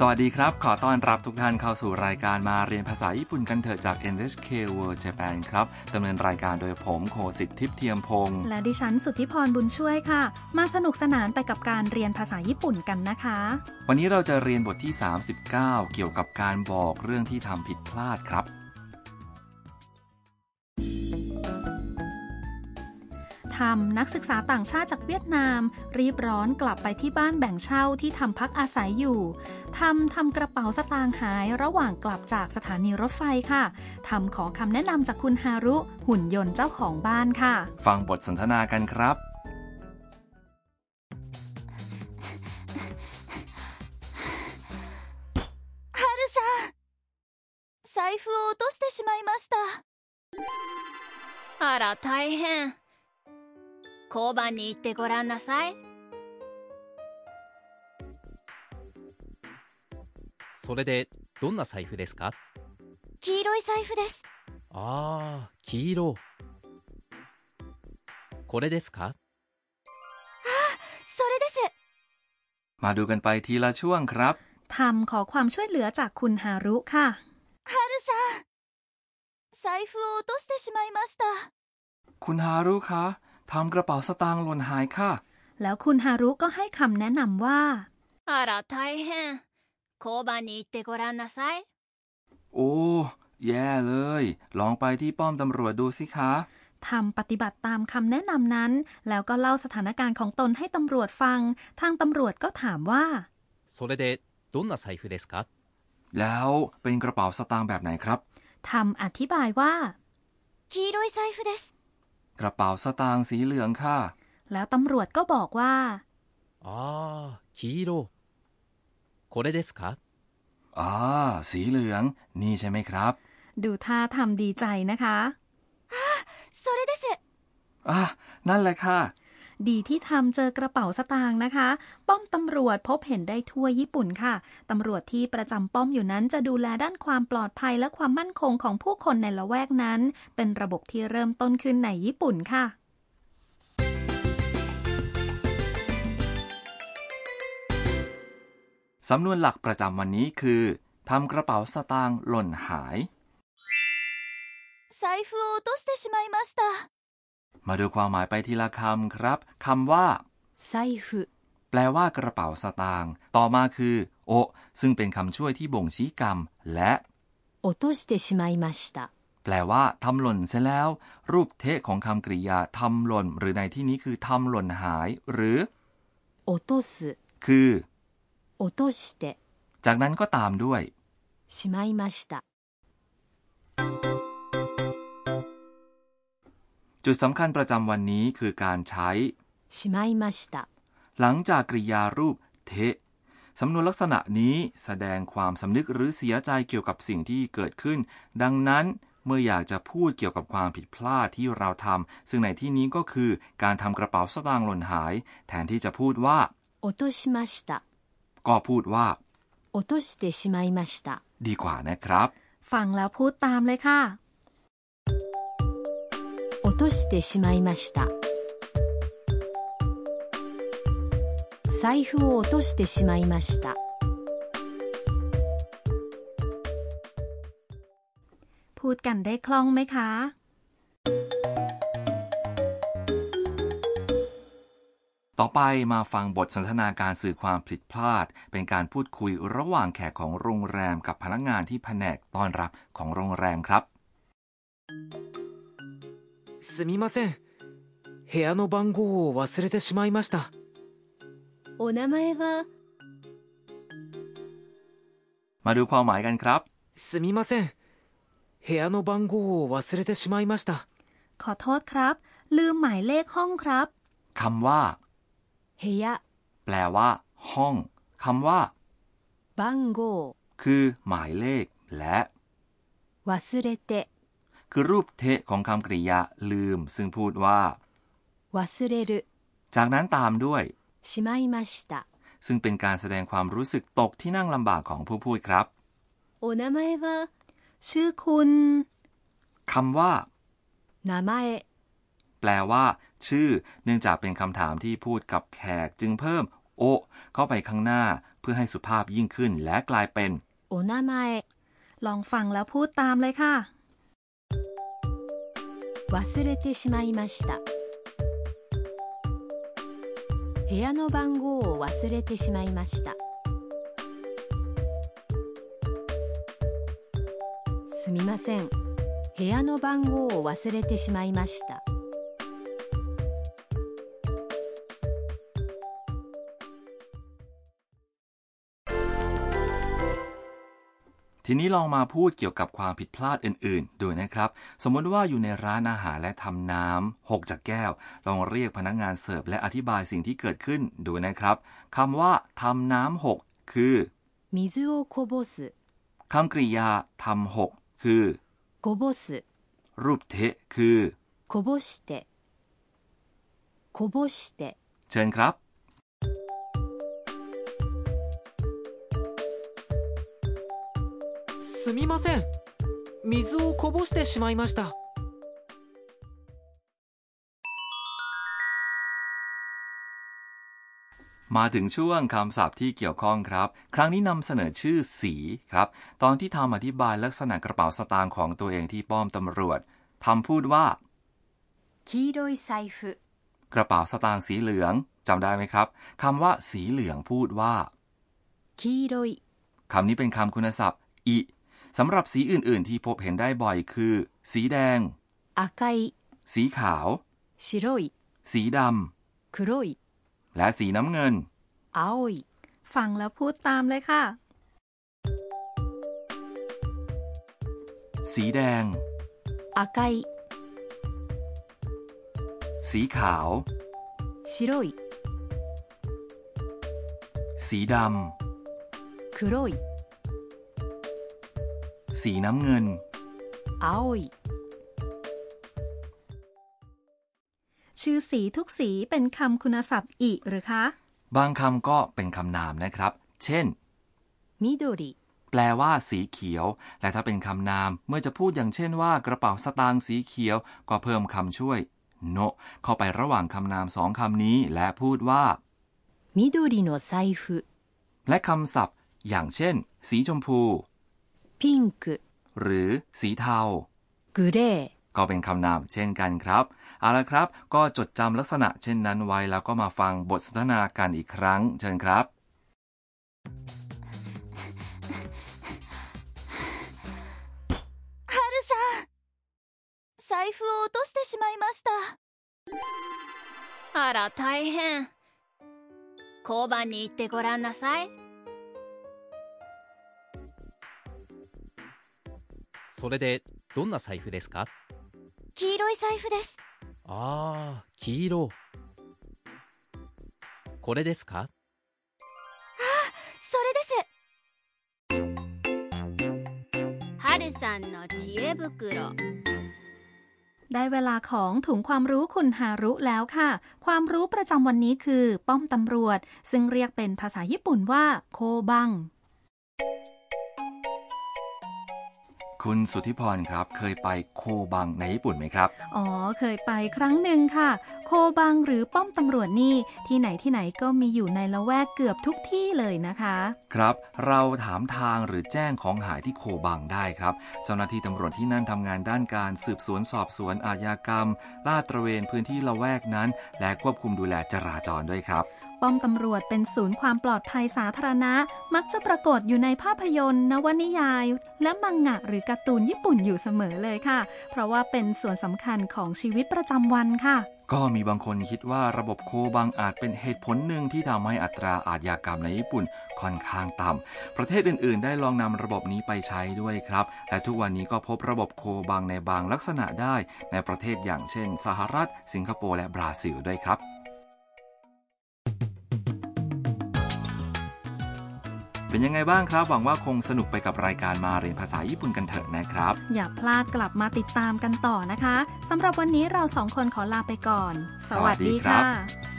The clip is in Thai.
สวัสดีครับ ขอต้อนรับทุกท่านเข้าสู่รายการมาเรียนภาษาญี่ปุ่นกันเถอะจาก NHK World Japan ครับดำเนินรายการโดยผมโคสิทธิ์ทิพย์เทียมพงศ์ และดิฉันสุทธิพรบุญช่วยค่ะ มาสนุกสนานไปกับการเรียนภาษาญี่ปุ่นกันนะคะ วันนี้เราจะเรียนบทที่ 39 เกี่ยวกับการบอกเรื่องที่ทำผิดพลาดครับ ทำนักศึกษาต่างชาติจากเวียดนาม รีบร้อนกลับไปที่บ้านแบ่งเช่าที่ทำพักอาศัยอยู่ทำทำกระเป๋าสตางค์หายระหว่างกลับจากสถานีรถไฟค่ะทำขอคำแนะนำจากคุณฮารุ หุ่นยนต์เจ้าของบ้านค่ะ ฟังบทสนทนากันครับ ハルさん財布を落としてしまいましたあら大変交番に行ってごらんなさいそれでどんな財布ですか黄色い財布ですああ黄色これですかそれです มาดูกันไปทีละช่วงครับ ทำขอความช่วยเหลือจากคุณฮารุค่ะ ハルさん財布を落としてしまいました คุณฮารุคะทำกระเป๋าสตางค์หล่นหายค่ะ แล้วคุณฮารุก็ให้คำแนะนำว่า あら大変交番に行ってごらんなさい โอ้ แย่เลย ลองไปที่ป้อมตำรวจดูสิคะ ทำปฏิบัติตามคำแนะนำนั้น แล้วก็เล่าสถานการณ์ของตนให้ตำรวจฟัง ทางตำรวจก็ถามว่า それでどんな財布ですか แล้วเป็นกระเป๋าสตางค์แบบไหนครับ ทำอธิบายว่า 黄色い財布です กระเป๋าสตางค์สีเหลืองค่ะ แล้วตำรวจก็บอกว่า ああ黄色これですか อ่า สีเหลือง นี่ใช่ไหมครับ ดูท่าทำดีใจนะคะ それです อ่ะ นั่นแหละค่ะ ดีที่ทำเจอกระเป๋าสตางค์นะคะ ป้อมตำรวจพบเห็นได้ทั่วญี่ปุ่นค่ะ ตำรวจที่ประจำป้อมอยู่นั้นจะดูแลด้านความปลอดภัยและความมั่นคงของผู้คนในละแวกนั้น เป็นระบบที่เริ่มต้นขึ้นในญี่ปุ่นค่ะ สำนวนหลักประจำวันนี้คือทำกระเป๋าสตางค์หล่นหาย 財布を落としてしまいました มาดูความหมายไปทีละคำครับคำว่า 財布 แปลว่ากระเป๋าสตางค์ต่อมาคือ โอะซึ่งเป็นคำช่วยที่บ่งชี้กรรม และ 落としてしまいました แปลว่าทำหล่นเสียแล้ว รูปเทะของคำกริยาทำหล่น หรือในที่นี้คือทำหล่นหาย หรือ 落とす คือ 落として จากนั้นก็ตามด้วย しまいました จุดสำคัญประจำวันนี้คือการใช้ しまいました หลังจากกริยารูปเทะสำนวนลักษณะนี้แสดงความสำนึกหรือเสียใจเกี่ยวกับสิ่งที่เกิดขึ้น ดังนั้นเมื่ออยากจะพูดเกี่ยวกับความผิดพลาดที่เราทำซึ่งในที่นี้ก็คือการทำกระเป๋าสตางค์หล่นหาย แทนที่จะพูดว่า 落としました ก็พูดว่า 落としてしまいました ดีกว่านะครับ ฟังแล้วพูดตามเลยค่ะ 落としてしまいました財布を落としてしまいました พูดกันได้คล่องไหมคะ ต่อไปมาฟังบทสนทนาการสื่อความผิดพลาด เป็นการพูดคุยระหว่างแขกของโรงแรมกับพนักงานที่แผนกต้อนรับของโรงแรมครับ すみません部屋の番号を忘れてしまいましたお名前は มาดูความหมายกันครับ すみません部屋の番号を忘れてしまいました ขอโทษครับ ลืมหมายเลขห้องครับ คำว่า 部屋 แปลว่า ห้องคำว่า 番号 คือ หมายเลข และ 忘れて คือรูปเทะของคำกริยา ลืม ซึ่งพูดว่า 忘れる จากนั้นตามด้วย しまいました ซึ่งเป็นการแสดงความรู้สึกตกที่นั่งลำบากของผู้พูดครับ お名前は ชื่อคุณ คำว่า 名前 แปลว่า ชื่อ เนื่องจากเป็นคำถามที่พูดกับแขกจึงเพิ่ม โอเข้าไปข้างหน้าเพื่อให้สุภาพยิ่งขึ้นและกลายเป็น お名前 ลองฟังแล้วพูดตามเลยค่ะ 忘れてしまいました部屋の番号を忘れてしまいましたすみません部屋の番号を忘れてしまいました ทีนี้ลองมาพูดเกี่ยวกับความผิดพลาดอื่นๆ ดูนะครับ สมมติว่าอยู่ในร้านอาหารและทำน้ำหกจากแก้ว ลองเรียกพนักงานเสิร์ฟและอธิบายสิ่งที่เกิดขึ้นดูนะครับคำว่าทำน้ำหกคือ 水をこぼす คำกริยาทำหกคือ こぼす รูปเทะคือ こぼしてこぼして เชิญครับ すみません水をこぼしてしまいました มาถึงช่วงคำศัพท์ที่เกี่ยวข้องครับ ครั้งนี้นำเสนอชื่อสีครับ ตอนที่ทำอธิบายลักษณะกระเป๋าสตางค์ของตัวเองที่ป้อมตำรวจทำพูดว่า 黄色い財布 กระเป๋าสตางค์สีเหลืองจำได้ไหมครับคำว่าสีเหลืองพูดว่า 黄色い คำนี้เป็นคำคุณศัพท์อิสำหรับสีอื่นๆ ที่พบเห็นได้บ่อยคือ สีแดง 赤い สีขาว 白い สีด 黒い ำและสีน้ำเงิน 青い ฟังแล้วพูดตามเลยค่ะ สีแดง 赤い สีขาว 白い สีด 黒い ำสีน้ำเงิน 青い ชื่อสีทุกสีเป็นคำคุณศัพท์อีหรือคะ บางคำก็เป็นคำนามนะครับ เช่น 緑 แปลว่าสีเขียว และถ้าเป็นคำนาม เมื่อจะพูดอย่างเช่นว่ากระเป๋าสตางค์สีเขียว ก็เพิ่มคำช่วย โน เข้าไประหว่างคำนามสองคำนี้ และพูดว่า 緑の財布 และคำศัพท์ อย่างเช่น สีชมพู ピンク หรือสีเทา グレー ก็เป็นคำนามเช่นกันครับ เอาละครับ ก็จดจำลักษณะเช่นนั้นไว้ แล้วก็มาฟังบทสนทนากันอีกครั้ง เชิญครับ 財布を落としてしまいましたあら大変交番に行ってごらんなさいそれでどんな財布ですか黄色い財布ですああ黄色これですかそれですはるさんの知恵袋 ได้เวลาของถุงความรู้คุณฮารุแล้วค่ะ ความรู้ประจำวันนี้คือ ป้อมตำรวจ ซึ่งเรียกเป็นภาษาญี่ปุ่นว่า โคบัง คุณสุทธิพรครับ เคยไปโคบังในญี่ปุ่นไหมครับ อ๋อ เคยไปครั้งหนึ่งค่ะ โคบังหรือป้อมตำรวจนี่ ที่ไหนที่ไหนก็มีอยู่ในละแวกเกือบทุกที่เลยนะคะ ครับ เราถามทางหรือแจ้งของหายที่โคบังได้ครับ เจ้าหน้าที่ตำรวจที่นั่นทำงานด้านการสืบสวนสอบสวนอาญากรรม ลาดตระเวนพื้นที่ละแวกนั้น และควบคุมดูแลจราจรด้วยครับ ป้อมตำรวจเป็นศูนย์ความปลอดภัยสาธารณะ มักจะปรากฏอยู่ในภาพยนตร์ นวนิยาย และมังงะหรือการ์ตูนญี่ปุ่นอยู่เสมอเลยค่ะ เพราะว่าเป็นส่วนสำคัญของชีวิตประจำวันค่ะ ก็มีบางคนคิดว่าระบบโคบังอาจเป็นเหตุผลหนึ่งที่ทำให้อัตราอาชญากรรมในญี่ปุ่นค่อนข้างต่ำ ประเทศอื่น ๆ ได้ลองนำระบบนี้ไปใช้ด้วยครับ และทุกวันนี้ก็พบระบบโคบังในบางลักษณะได้ ในประเทศอย่างเช่น สหรัฐ สิงคโปร์และบราซิลด้วยครับ เป็นยังไงบ้างครับ หวังว่าคงสนุกไปกับรายการมาเรียนภาษาญี่ปุ่นกันเถอะนะครับ อย่าพลาดกลับมาติดตามกันต่อนะคะสำหรับวันนี้เราสองคนขอลาไปก่อน สวัสดีครับ ะ